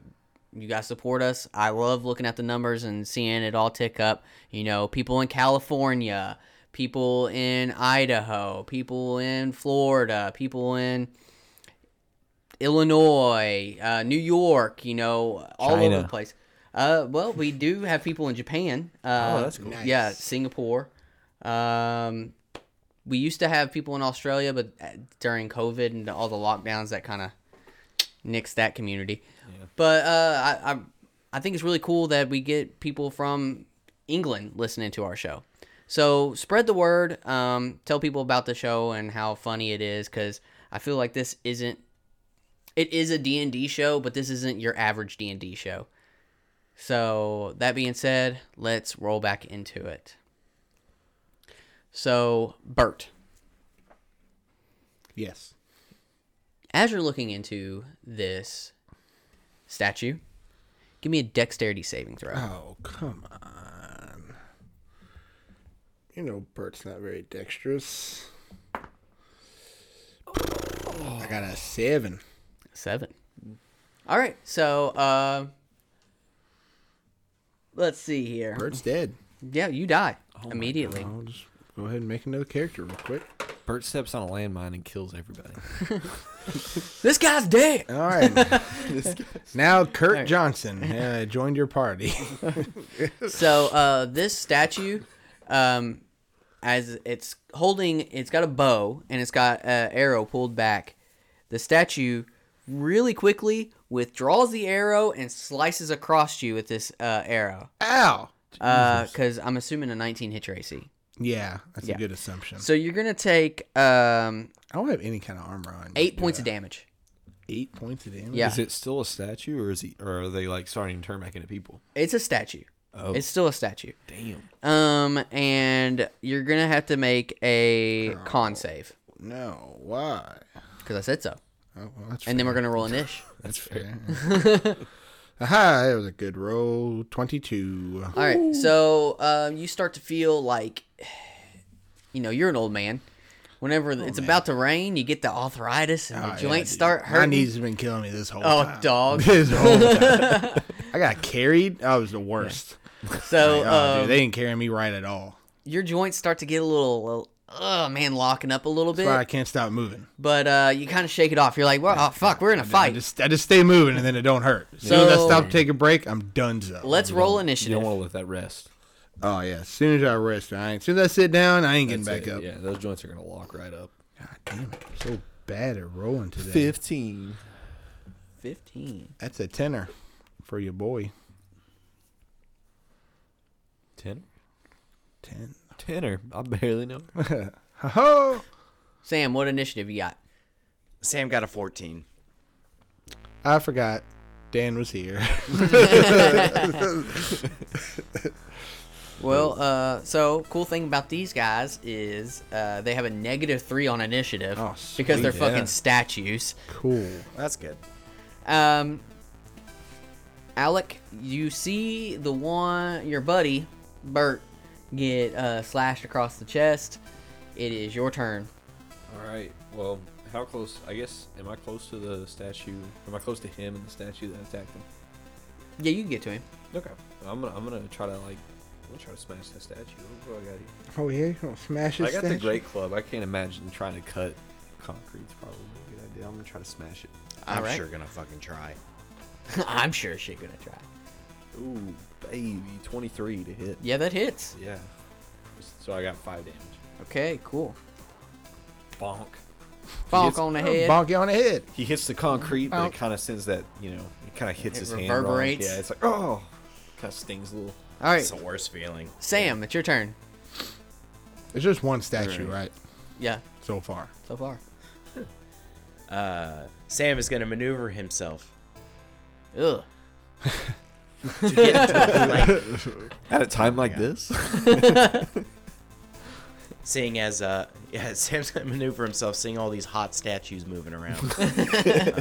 you guys support us. I love looking at the numbers and seeing it all tick up. You know, people in California, people in Idaho, people in Florida, people in Illinois, uh, New York, you know, all over the China. place. Uh, well, we do have people in Japan. Uh, Oh, that's cool. Yeah, Singapore. Um, we used to have people in Australia, but uh, during COVID and all the lockdowns, that kind of nixed that community. But uh, I, I, I think it's really cool that we get people from England listening to our show. So spread the word. Um, tell people about the show and how funny it is, because I feel like this isn't. It is a D&D show, but this isn't your average D&D show. So, that being said, let's roll back into it. So, Bert, Yes. as you're looking into this statue, give me a dexterity saving throw. Oh, come on. You know Bert's not very dexterous. I got a seven. Seven. All right. So, uh, let's see here. Bert's dead. Yeah, you die immediately. I'll just go ahead and make another character real quick. Bert steps on a landmine and kills everybody. This guy's dead. All right. now Kurt Johnson uh, joined your party. So uh, this statue, um, as it's holding, it's got a bow and it's got an arrow pulled back. The statue really quickly withdraws the arrow and slices across you with this uh, arrow. Ow. Because I'm assuming a 19 hit your AC. Yeah, that's Yeah. a good assumption. So you're gonna take um, I don't have any kind of armor on. eight points of damage. Eight points of damage. Yeah. Is it still a statue, or is he, or are they like starting to turn back into people? It's a statue. Oh. It's still a statue. Damn. Um, and you're gonna have to make a con save No. Why? because I said so. Oh, well, that's And then we're gonna roll an ish. That's fair. Aha, that was a good roll. 22. All right, so um, you start to feel like, you know, you're an old man. Whenever it's about to rain, you get the arthritis and Oh, the yeah, joints dude. start hurting. My knees have been killing me this whole Oh, time. dog. This whole time. I got carried. I was the worst. So Oh, um, dude, they didn't carry me right at all. your joints start to get a little, little, oh man, locking up a little That's why I bit. can't stop moving. But uh, you kind of shake it off. You're like, well, oh fuck, we're in a I fight. just, I just stay moving and then it don't hurt. As soon as I So- stop to take a break, I'm done. Let's roll You initiative. don't want to let that rest. Oh, yeah. As soon as I rest, I ain't, as soon as I sit down, I ain't getting That's back it. up. Yeah, those joints are gonna lock right up. God damn it. I'm so bad at rolling today. Fifteen. Fifteen. That's a tenor for your boy. Ten. Ten. Tenor. I barely know. Ha ho! Sam, what initiative you got? Sam got a 14. I forgot Dan was here. Well, uh, so cool thing about these guys is uh, they have a negative three on initiative Oh, because they're sweet, yeah. fucking statues. cool. That's good. Um, Alec, you see the one your buddy Bert get uh, slashed across the chest. It is your turn. All right. Well, how close? I guess. Am I close to the statue? Am I close to him and the statue that attacked him? Yeah, you can get to him. Okay. I'm gonna. I'm gonna try to like. I'm gonna try to smash that statue. What do I got here? Oh yeah, you gonna smash his I got the statue? great club. I can't imagine trying to cut concrete. It's probably a good idea. I'm gonna try to smash it. All I'm right. sure gonna fucking try. I'm sure she gonna try. Ooh, baby, 23 to hit. Yeah, that hits. Yeah. So I got five damage. Okay, cool. Bonk. Bonk hits- on the Oh, head. Bonk you on the head. He hits the concrete, but it Bonk. kind of sends that, you know, it kind of hits It his hand. wrong. reverberates. Yeah, it's like, oh, kind of stings a little. All right, It's the worst feeling. Sam, it's your turn. There's just one statue, right? Yeah, So far. so far. Uh, Sam is gonna maneuver himself Ugh. to get to a light, At a time like this? seeing as uh, yeah, Sam's gonna maneuver himself, seeing all these hot statues moving around.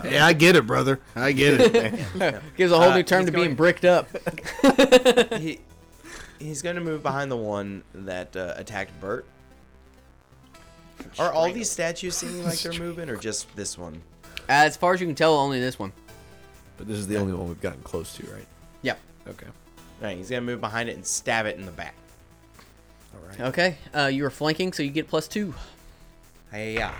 Yeah, I get it, brother. I get it. Gives a whole Uh, new term he's to going- being bricked up. he he's gonna move behind the one that uh, attacked Bert. Are all these statues seeming like they're moving, or just this one? As far as you can tell, only this one. But this is the only one we've gotten close to, right? Yep. Okay. All right, he's gonna move behind it and stab it in the back. All right. Okay. Uh, you were flanking, so you get plus two. Hey, yeah,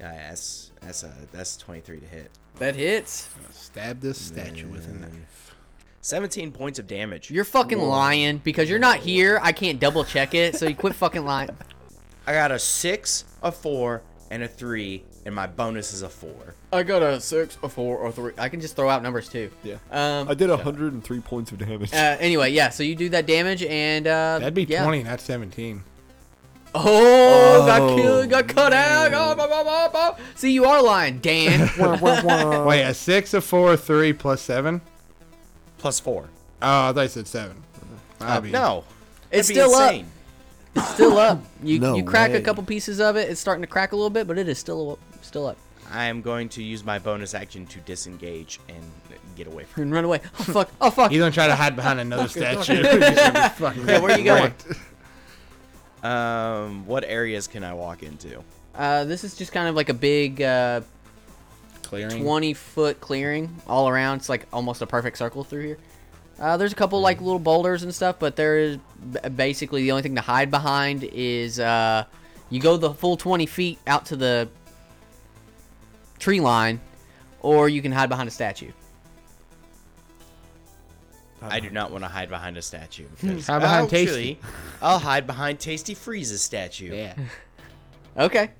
yeah, that's that's a that's twenty three to hit. That hits. Stab this statue with a knife. Seventeen points of damage. You're fucking lying because you're not here. I can't double check it, so you quit fucking lying. I got a six, a four, and a three, and my bonus is a four. I got a six, a four, or three. I can just throw out numbers too. Yeah. Um. I did 103 points of damage. uh, anyway, yeah. So you do that damage, and uh, That'd be yeah. 20, not 17. Oh, got Oh, killed, got cut out. Oh, bah, bah, bah, bah. See, you are lying, Dan. Wait, a 6, a 4, a 3, plus 7? Plus four. Oh, I thought you said 7. I mean, No. It's That'd be still up. It's still up. You No you crack a way. couple pieces of it. It's starting to crack a little bit, but it is still still up. I am going to use my bonus action to disengage and get away from And run away. Oh fuck. Oh fuck. He's going to try to hide behind another statue. He's gonna be fucking Hey, where you going? wrecked. Um, what areas can I walk into? Uh-huh. Uh, this is just kind of like a big uh, Clearing. 20 foot clearing all around. It's like almost a perfect circle through here. Uh, there's a couple like little boulders and stuff, but there is b- basically the only thing to hide behind is uh, you go the full 20 feet out to the tree line, or you can hide behind a statue. I do not want to hide behind a statue. because- Hide Hmm. behind Actually, Tasty. I'll hide behind Tasty Freeze's statue. Yeah. Okay.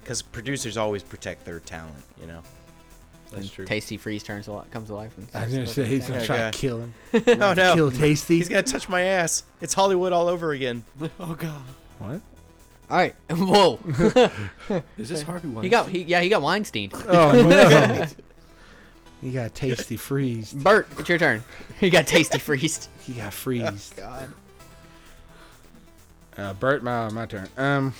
Because producers always protect their talent, you know? That's true. Tasty freeze turns a lot, comes alive. And I was going to say he's going to try Okay. to kill him. Oh, Kill no. Tasty. He's going to touch my ass. It's Hollywood all over again. Oh, God. What? All right. Whoa. Is this Harvey Weinstein? he got. He, yeah, he got Weinstein. Oh, no. He got Tasty freeze. Bert, it's your turn. He got tasty freezed. He got freeze. God. Uh, Bert, my my turn. Um,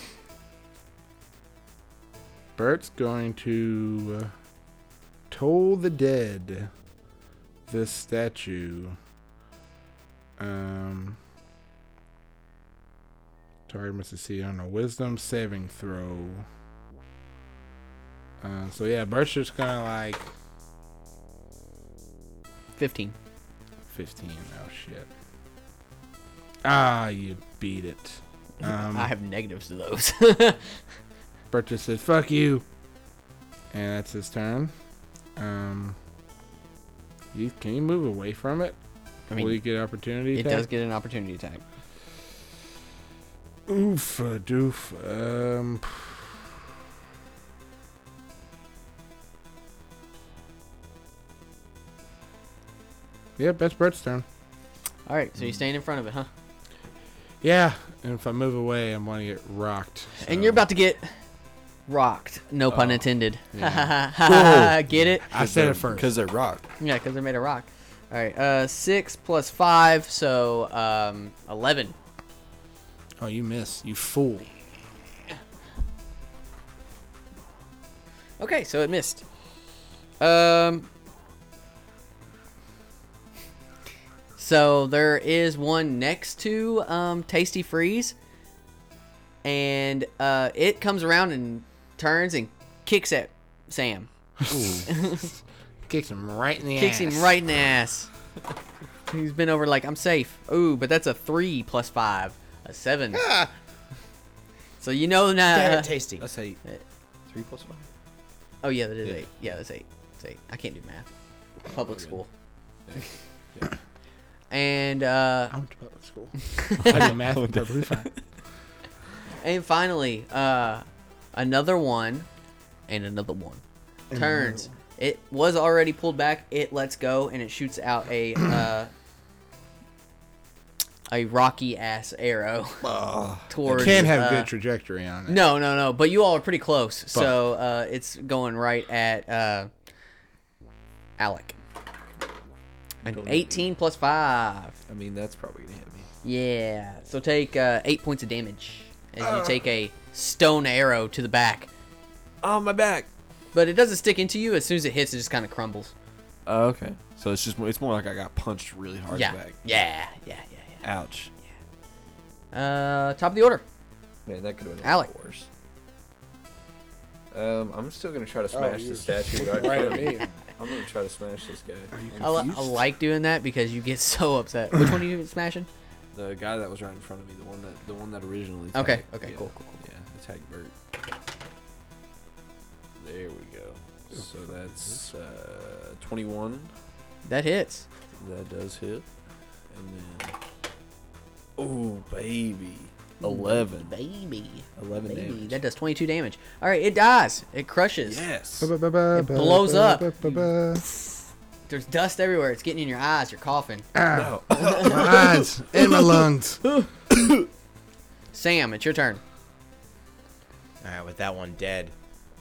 Bert's going to uh, toll the dead. This statue. Um. Target must succeed on a wisdom saving throw. Uh, so yeah, Bert's just gonna like 15. 15. Oh, shit. Ah, you beat it. Um, I have negatives to those. Bert just says, fuck you. And that's his turn. Um, you, can you move away from it? I mean, Will you get opportunity? it attack? does get an opportunity attack. Oof, uh, doof. Um, yeah, that's Bert's turn. All right, so you're staying in front of it, huh? Yeah, and if I move away, I'm going to get rocked. And so- Oh. you're about to get rocked. No pun intended. Whoa. get it? I said it first. Because they're rock. Yeah, because they're made of rock. All right, uh, six plus five, so um, eleven. Oh, you miss, you fool. Okay, so it missed. Um. So there is one next to um, Tasty Freeze, and uh, it comes around and turns and kicks at Sam. Kicks him right in the Kicks ass. him right in the ass. He's been over like I'm safe. Ooh, but that's a three plus five, a seven. So you know now. Damn it, Tasty. That's eight. Three plus five? Oh yeah, that is eight. Yeah, that's eight. that's eight. I can't do math. Oh, Public school. and uh, I went to public school. I did math with perfectly fine. and finally, uh, another one, and another one turns. It was already pulled back. It lets go and it shoots out a uh, a rocky ass arrow towards. Can't have uh, good trajectory on it. No, no, no. But you all are pretty close. So uh, it's going right at uh, Alec. An 18 plus 5. I mean, that's probably gonna hit me. Yeah. So take uh, 8 points of damage as you take a stone arrow to the back. Oh, my back. But it doesn't stick into you. As soon as it hits, it just kind of crumbles. Oh, okay. So it's just it's more like I got punched really hard Yeah. in the back. Yeah, yeah, yeah, Ouch. yeah. Uh, top of the order. Man, that could have been Alec. worse. Um, I'm still gonna try to smash Oh, you're the statue. I right at could. me. I'm gonna try to smash this guy. I, li- I like doing that because you get so upset. Which one are you smashing? The guy that was right in front of me, the one that the one that originally. Okay, attacked. okay, yeah. cool, cool, cool. Yeah, attack Bert. There we go. So that's uh, 21. That hits. That does hit, and then oh baby, 11. Baby. 11 Baby. damage. Oh, That does 22 damage. All right, it dies. It crushes. Yes. It blows up. There's dust everywhere. It's getting in your eyes. You're coughing. My eyes and my lungs. All Sam, it's your turn. All right, with that one dead,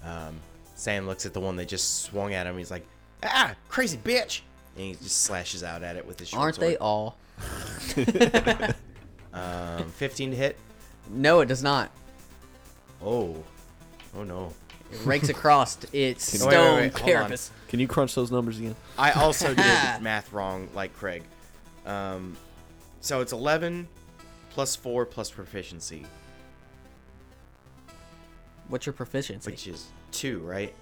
um, Sam looks at the one that just swung at him. He's like, "Ah, crazy bitch!" And he just slashes out at it with his short Aren't they sword. all? Um, 15 to hit. No, it does not. Oh, oh no! It rakes across its Wait, stone wait, wait, hold on. carapace. Can you crunch those numbers again? I also did math wrong, like Craig. Um, so it's 11 plus four plus proficiency, What's your proficiency? which is two, right?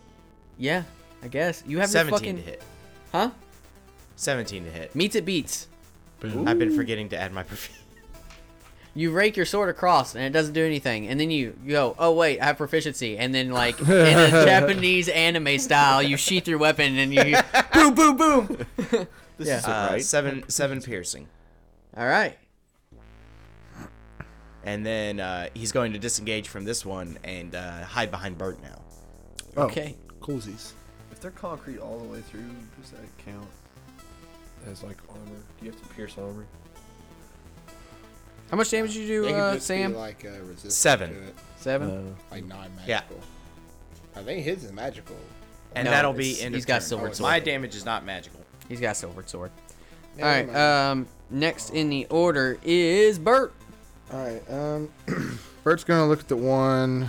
yeah, I guess. You have 17 your fucking. to hit. Huh? 17 to hit. Meets it beats. I've been forgetting to add my proficiency. You rake your sword across and it doesn't do anything, and then you go, "Oh wait, I have proficiency," and then like in a Japanese anime style, you sheath your weapon and you boom, boom, boom. This Yeah. is Uh, right. Seven, seven piercing. All right, And then uh, he's going to disengage from this one and uh, hide behind Bert now. Oh. okay. Uh, Coolsies. If they're concrete all the way through, does that count as like armor? Do you have to pierce armor? How much damage did you do, uh, Sam? like uh, resistant Seven. to it, Seven. Uh, like non-magical. I think his is magical. And No, that'll be it's- end he's of got turn. silver My sword. damage is not magical. He's got a silvered sword. Never All right. mind. Um, next in the order is Bert. All right. Um, Bert's gonna look at the one.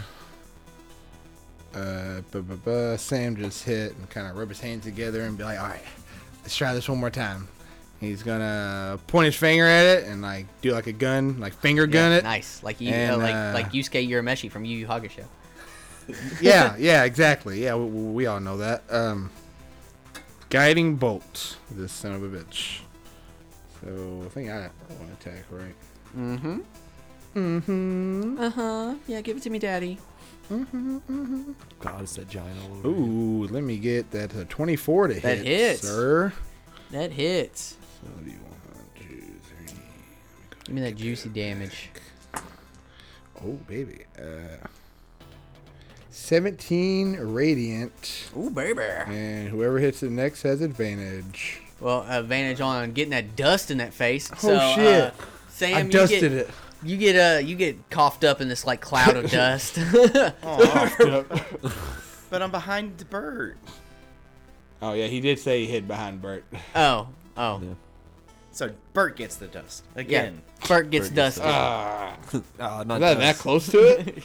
Uh, buh, buh, buh, Sam just hit and kind of rub his hands together and be like, "All right, let's try this one more time." He's gonna point his finger at it and like do like a gun, like finger gun it. Nice, like you, uh, And, like uh, like Yusuke Urameshi from Yu Yu Hakusho. yeah, yeah, exactly. Yeah, we, we we all know that. Um, guiding bolt, this son of a bitch. So I think I one attack, right? Uh huh. Yeah, give it to me, Daddy. God, it's that giant all over. Ooh, let me get that uh, 24 to That hit, hits. sir. That hits. So you want one, two, three. Give me that juicy damage. Oh baby, uh, 17 radiant, Ooh, baby. and whoever hits it next has advantage. Well, advantage on getting that dust in that face. Oh so, shit. Uh, Sam, I you dusted get, it. You get uh, you get coughed up in this like cloud of dust. Uh, But I'm behind the bird. Oh yeah, he did say he hid behind Bert. oh, oh, So Bert gets the dust yeah. again. Bert gets dusted. Ah, not Is that that dust. close to it?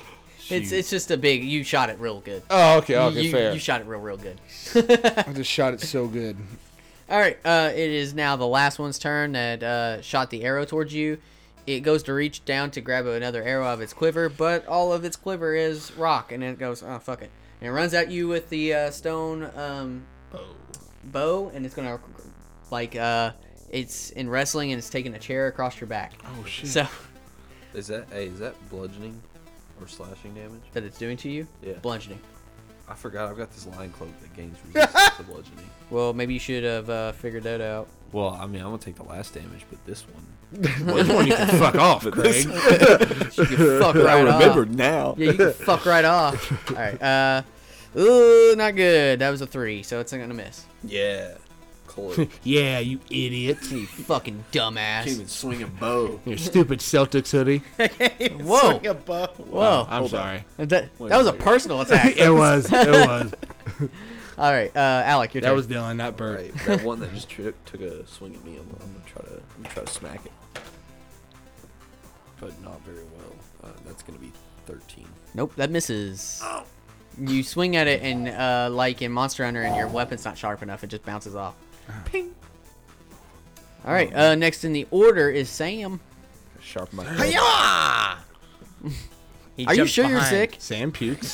it's it's just a big. You shot it real good. Oh okay, okay, you, fair. you shot it real, real good. I just shot it so good. All right, uh, it is now the last one's turn that uh, shot the arrow towards you. It goes to reach down to grab another arrow of its quiver, but all of its quiver is rock, and it goes, oh, fuck it. And it runs at you with the uh, stone um, bow. and it's going to, like, uh, it's in wrestling and it's taking a chair across your back. Oh, shit. So, Is that hey, is that bludgeoning or slashing damage? that it's doing to you? Yeah. Bludgeoning. I forgot. I've got this lion cloak that gains resistance. the bludgeoning. Well, maybe you should have uh, figured that out. Well, I mean, I'm gonna take the last damage, but this one. This one you can fuck off, Craig. You can fuck right I off. remember now. Yeah, you can fuck right off. All right. Uh, ooh, not good. That was a three, so it's not gonna miss. Yeah. Close. yeah, you idiot. You fucking dumbass. Can't even swing a bow. Your stupid Celtics hoodie. Whoa. a bow. Whoa. I'm sorry. That, that was a personal attack. It was. It was. All right, uh, Alec, your That turn. was Dylan, not Bert. Right, that one that just tri- took a swing at me. I'm, I'm gonna try to, I'm gonna try to smack it, but not very well. Uh, that's gonna be 13. Nope, that misses. Oh. You swing at it, and uh, like in Monster Hunter, and your weapon's not sharp enough. It just bounces off. Ping. All right. Uh, next in the order is Sam. Sharp my. Hiya! He Are you jumped sure you're behind. sick? Sam pukes.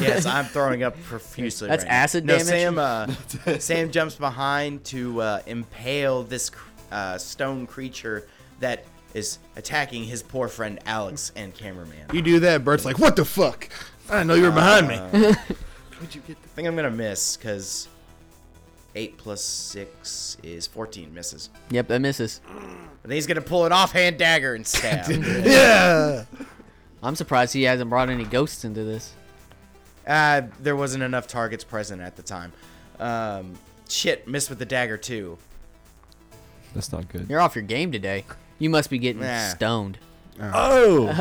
yes, I'm throwing up profusely. That's right now. acid no, damage? Sam. Uh, Sam jumps behind to uh, impale this cr- uh, stone creature that is attacking his poor friend Alex and cameraman. You do that, Bert's like, what the fuck? I didn't know you were behind me. I think I'm gonna miss because eight plus six is fourteen. Misses. Yep, that misses. And he's gonna pull an offhand dagger and stab. yeah. I'm surprised he hasn't brought any ghosts into this. uh, there wasn't enough targets present at the time. Um, shit, missed with the dagger too. That's not good. You're off your game today. You must be getting Nah. stoned. Oh.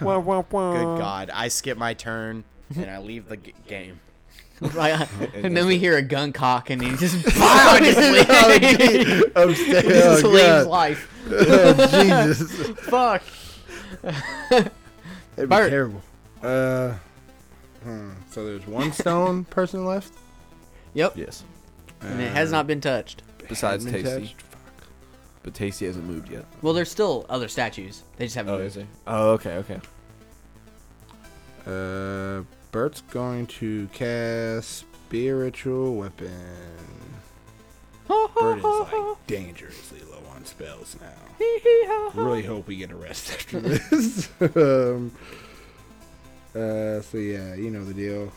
Oh, Wah, wah, wah. Good God, I skip my turn and I leave the g- game. and then we hear a gun cock, and he just, Wow, just leaves, Upstairs. just Oh, leaves God. life. Oh, Jesus. Fuck. That'd Bert. be terrible. Uh, hmm. So there's one stone person left. Yep. Yes. And it has not been touched. Besides Hadn't been Tasty, touched. but Tasty hasn't moved yet. Well, there's still other statues. They just haven't. moved. he? Oh, okay, okay. Uh, Bert's going to cast spiritual weapon. Bert is like dangerously low on spells now. really hope we get a rest after this. um, uh, so yeah, you know the deal.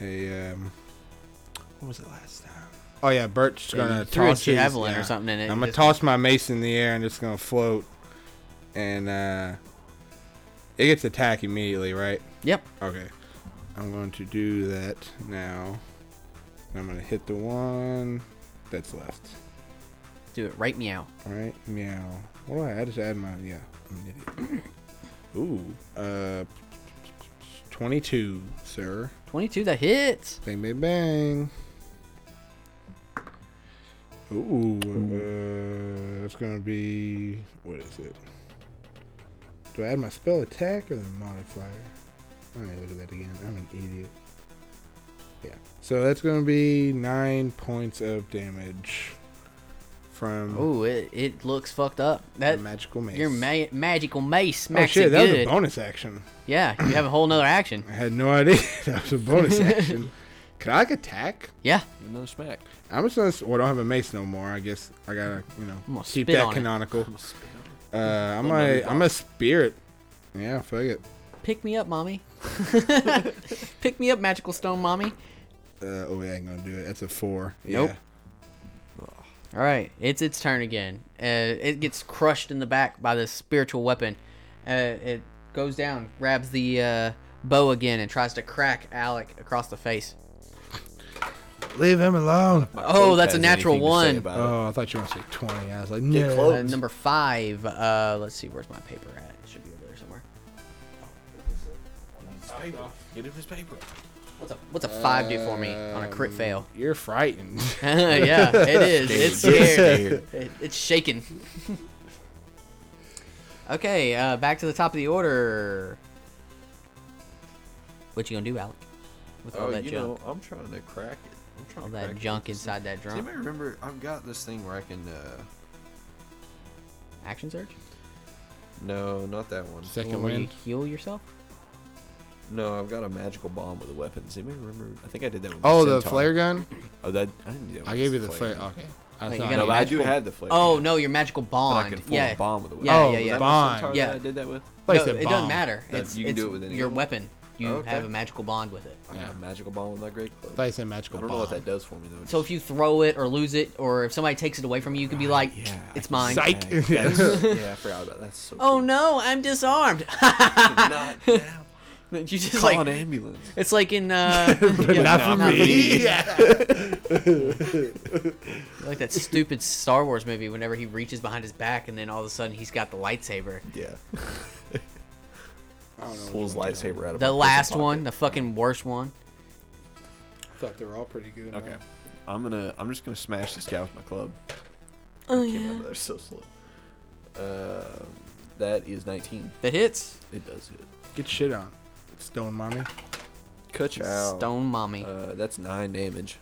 A um, what was it last time? Oh yeah, Bert's Yeah, you gonna threw a toss his- javelin or yeah. something in it. I'm and gonna just- toss my mace in the air and it's gonna float, and uh, it gets attacked immediately, right? Yep. Okay. I'm going to do that now. And I'm going to hit the one that's left. Do it right meow. All right. Meow. What do I add? I just add my. Yeah. I'm an idiot. Ooh. Uh, 22, sir. 22, that hits. Bang, bang, bang. Ooh. Uh, it's going to be. What is it? Do I add my spell attack or the modifier? Let me look at that again. I'm an idiot. Yeah. So that's going to be nine points of damage from Oh, it, it looks fucked up. That the magical Mm. mace. your ma- magical mace oh smacks shit! it That was a good. bonus action. yeah, you have a whole nother action. I had no idea that was a bonus action. Could I like, attack? Yeah. Another smack. I'm just gonna. s- Well, I don't have a mace no more. I guess I gotta, you know, I'm gonna keep spit that on it. canonical. Uh, I'm gonna, I'm gonna spirit. Yeah, fuck it. Pick me up, mommy. Pick me up, magical stone, mommy. Uh, oh, yeah, I ain't gonna do it. That's a four. Nope. Yeah. All right, it's its turn again. Uh, it gets crushed in the back by this spiritual weapon. Uh, it goes down, grabs the uh, bow again, and tries to crack Alec across the face. Leave him alone. Oh, that's a natural one. Oh, I thought you were gonna say twenty. I was like, Get no. close. Uh, number five. Uh, let's see, where's my paper at? It should be over there somewhere. Oh. Get his paper. What's a what's a five do for me on a crit fail? You're frightened. yeah, it is. It's scared. It, it's shaking. okay, uh, back to the top of the order. What you gonna do, Alec? With all Oh, that you junk, know, I'm trying to crack it. I'm trying all to that crack junk this thing. inside that Do you drum. remember? I've got this thing where I can. Uh, Action surge. no, not that one. Second Where you win. heal yourself. No, I've got a magical bomb with a weapon. Does anybody remember? I think I did that with Oh, the Centaur. flare gun. Oh, that I didn't do that. I with gave you the flare. gun. Okay. I Wait, thought- Oh, you No, got but I do Magical- have the flare. Oh gun. no, your magical But bond. I can form yeah. a bomb with a weapon. Yeah, Oh, yeah, yeah. Was that with Bond. Centaur Yeah. that I did that with. Like No, the it bomb. doesn't matter. That- It's, you can it's do it with Oh, any your of them. weapon. You Okay. have a magical bond with it. I got a magical ball with my great club. Thought you said I magical don't know what bomb. that does for me though. So if you throw it or lose it, or if somebody takes it away from you, you can be like, Ah, Yeah, "It's I can mine." see Psych. that. That's- yeah, I forgot about that. That's so. Oh no, I'm disarmed. cool. Not now. you just Call like an ambulance. it's like in uh, yeah, Not for me. like that stupid Star Wars movie. Whenever he reaches behind his back, and then all of a sudden he's got the lightsaber. Yeah. Pulls lightsaber out of The my last pocket. one, the fucking worst one. I thought they were all pretty good. Okay. I'm gonna. I'm just gonna smash this guy with my club. Oh I can't remember. They're so slow. Um, that is 19. that hits. It does hit. Get shit on. Stone mommy. Ka-chow. Stone mommy. Uh, that's nine damage.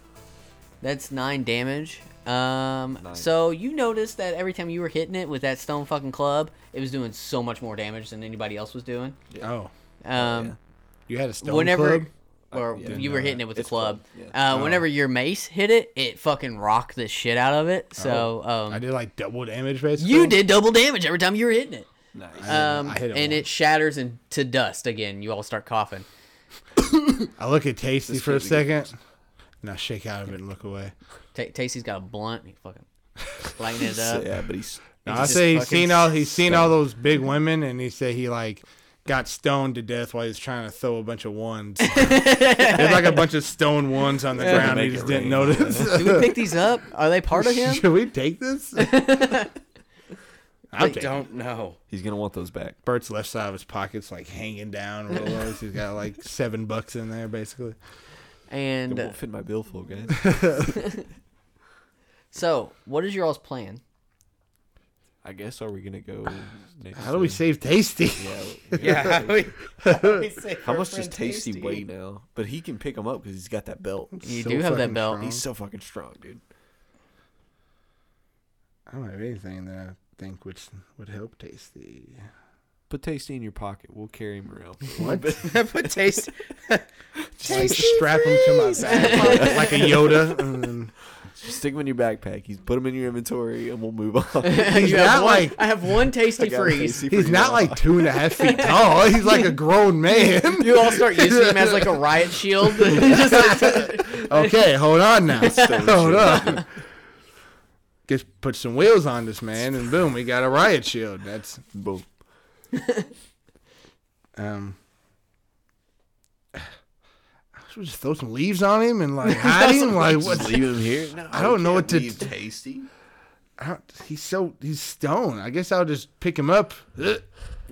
That's nine damage. Um, Nine. so you noticed that every time you were hitting it with that stone fucking club, it was doing so much more damage than anybody else was doing. Oh, Um, you had a stone whenever, club? or yeah. you were hitting it with a It's club. club, Uh, Whenever your mace hit it, it fucking rocked the shit out of it. So I um, did like double damage basically. you did double damage every time you were hitting it. Nice. Um, I hit it and it once. shatters into dust again. You all start coughing. I look at Tasty This for a could be good. second, and I shake out of it and look away. Ta Tasty's got a blunt. He fucking lighting it up. yeah, but he's. No, he's I just say he's fucking seen all he's seen all those big women, and he said he like got stoned to death while he was trying to throw a bunch of ones. There's like a bunch of stone ones on the ground. He Make just it didn't rain. notice. Do we pick these up? Are they part of him? Should we take this? I I'll take it. don't know. He's gonna want those back. Bert's left side of his pockets like hanging down. real low. He's got like seven bucks in there basically. It And uh, won't fit my billfold, guys. so, what is your all's plan? I guess are we gonna go? Next How do we to- save Tasty? Yeah. Yeah. how we- how we say How our much does friend Tasty weigh now? But he can pick him up because he's got that belt. You So do have that fucking belt. strong. He's so fucking strong, dude. I don't have anything that I think which would help Tasty. Put Tasty in your pocket. We'll carry him around. Put Tasty. Like strap him to my back like a Yoda. Mm. And then- Just stick him in your backpack. He's put him in your inventory, and we'll move on. He's You have not one- like- I have one tasty I got freeze. Tasty for He's you not all. like two and a half feet tall. He's like a grown man. You all start using him as like a riot shield. Just like- Okay, hold on now. hold shit. up. Just put some wheels on this man, and boom, we got a riot shield. That's Boom. um. I should just throw some leaves on him and like hide him. Like Just what? leave him here. No, I don't know can't what to leave do. Tasty. I don't- He's so he's stone. I guess I'll just pick him up. Ugh.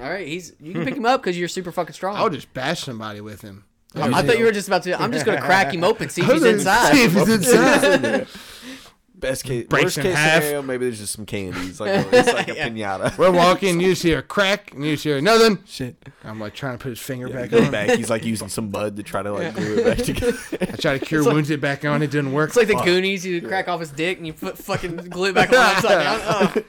all right, he's you can pick him up because you're super fucking strong. I'll just bash somebody with him. I thought you were just about to. I'm just gonna crack him open, see if he's See inside. if he's inside. Best case, Breaks worst in case half. scenario, maybe there's just some candies. Like it's like a pinata. We're walking. You just hear a crack, and you just hear nothing. Shit. I'm like trying to put his finger Yeah, back he goes on. back. He's like using some mud to try to like glue it back together. I try to cure wounds it back on. It didn't work. It's like the Goonies. You crack off his dick and you put fucking glue it back on upside down.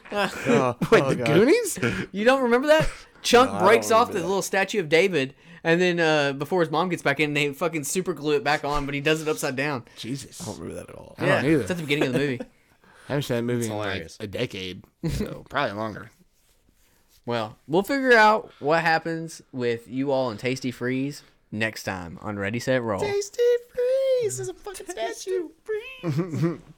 Ugh. Wait, Oh, the Goonies? You don't remember that? Chunk No, I don't breaks off the remember that. little statue of David, and then uh, before his mom gets back in, they fucking super glue it back on, but he does it upside down. Jesus. I don't remember that at all. I don't either. it's at the beginning of the movie. I haven't seen that movie in like hilarious. a decade, so probably longer. Well, we'll figure out what happens with you all and Tasty Freeze Oh. next time on Ready Set Roll. Tasty freeze is a fucking statue. Freeze.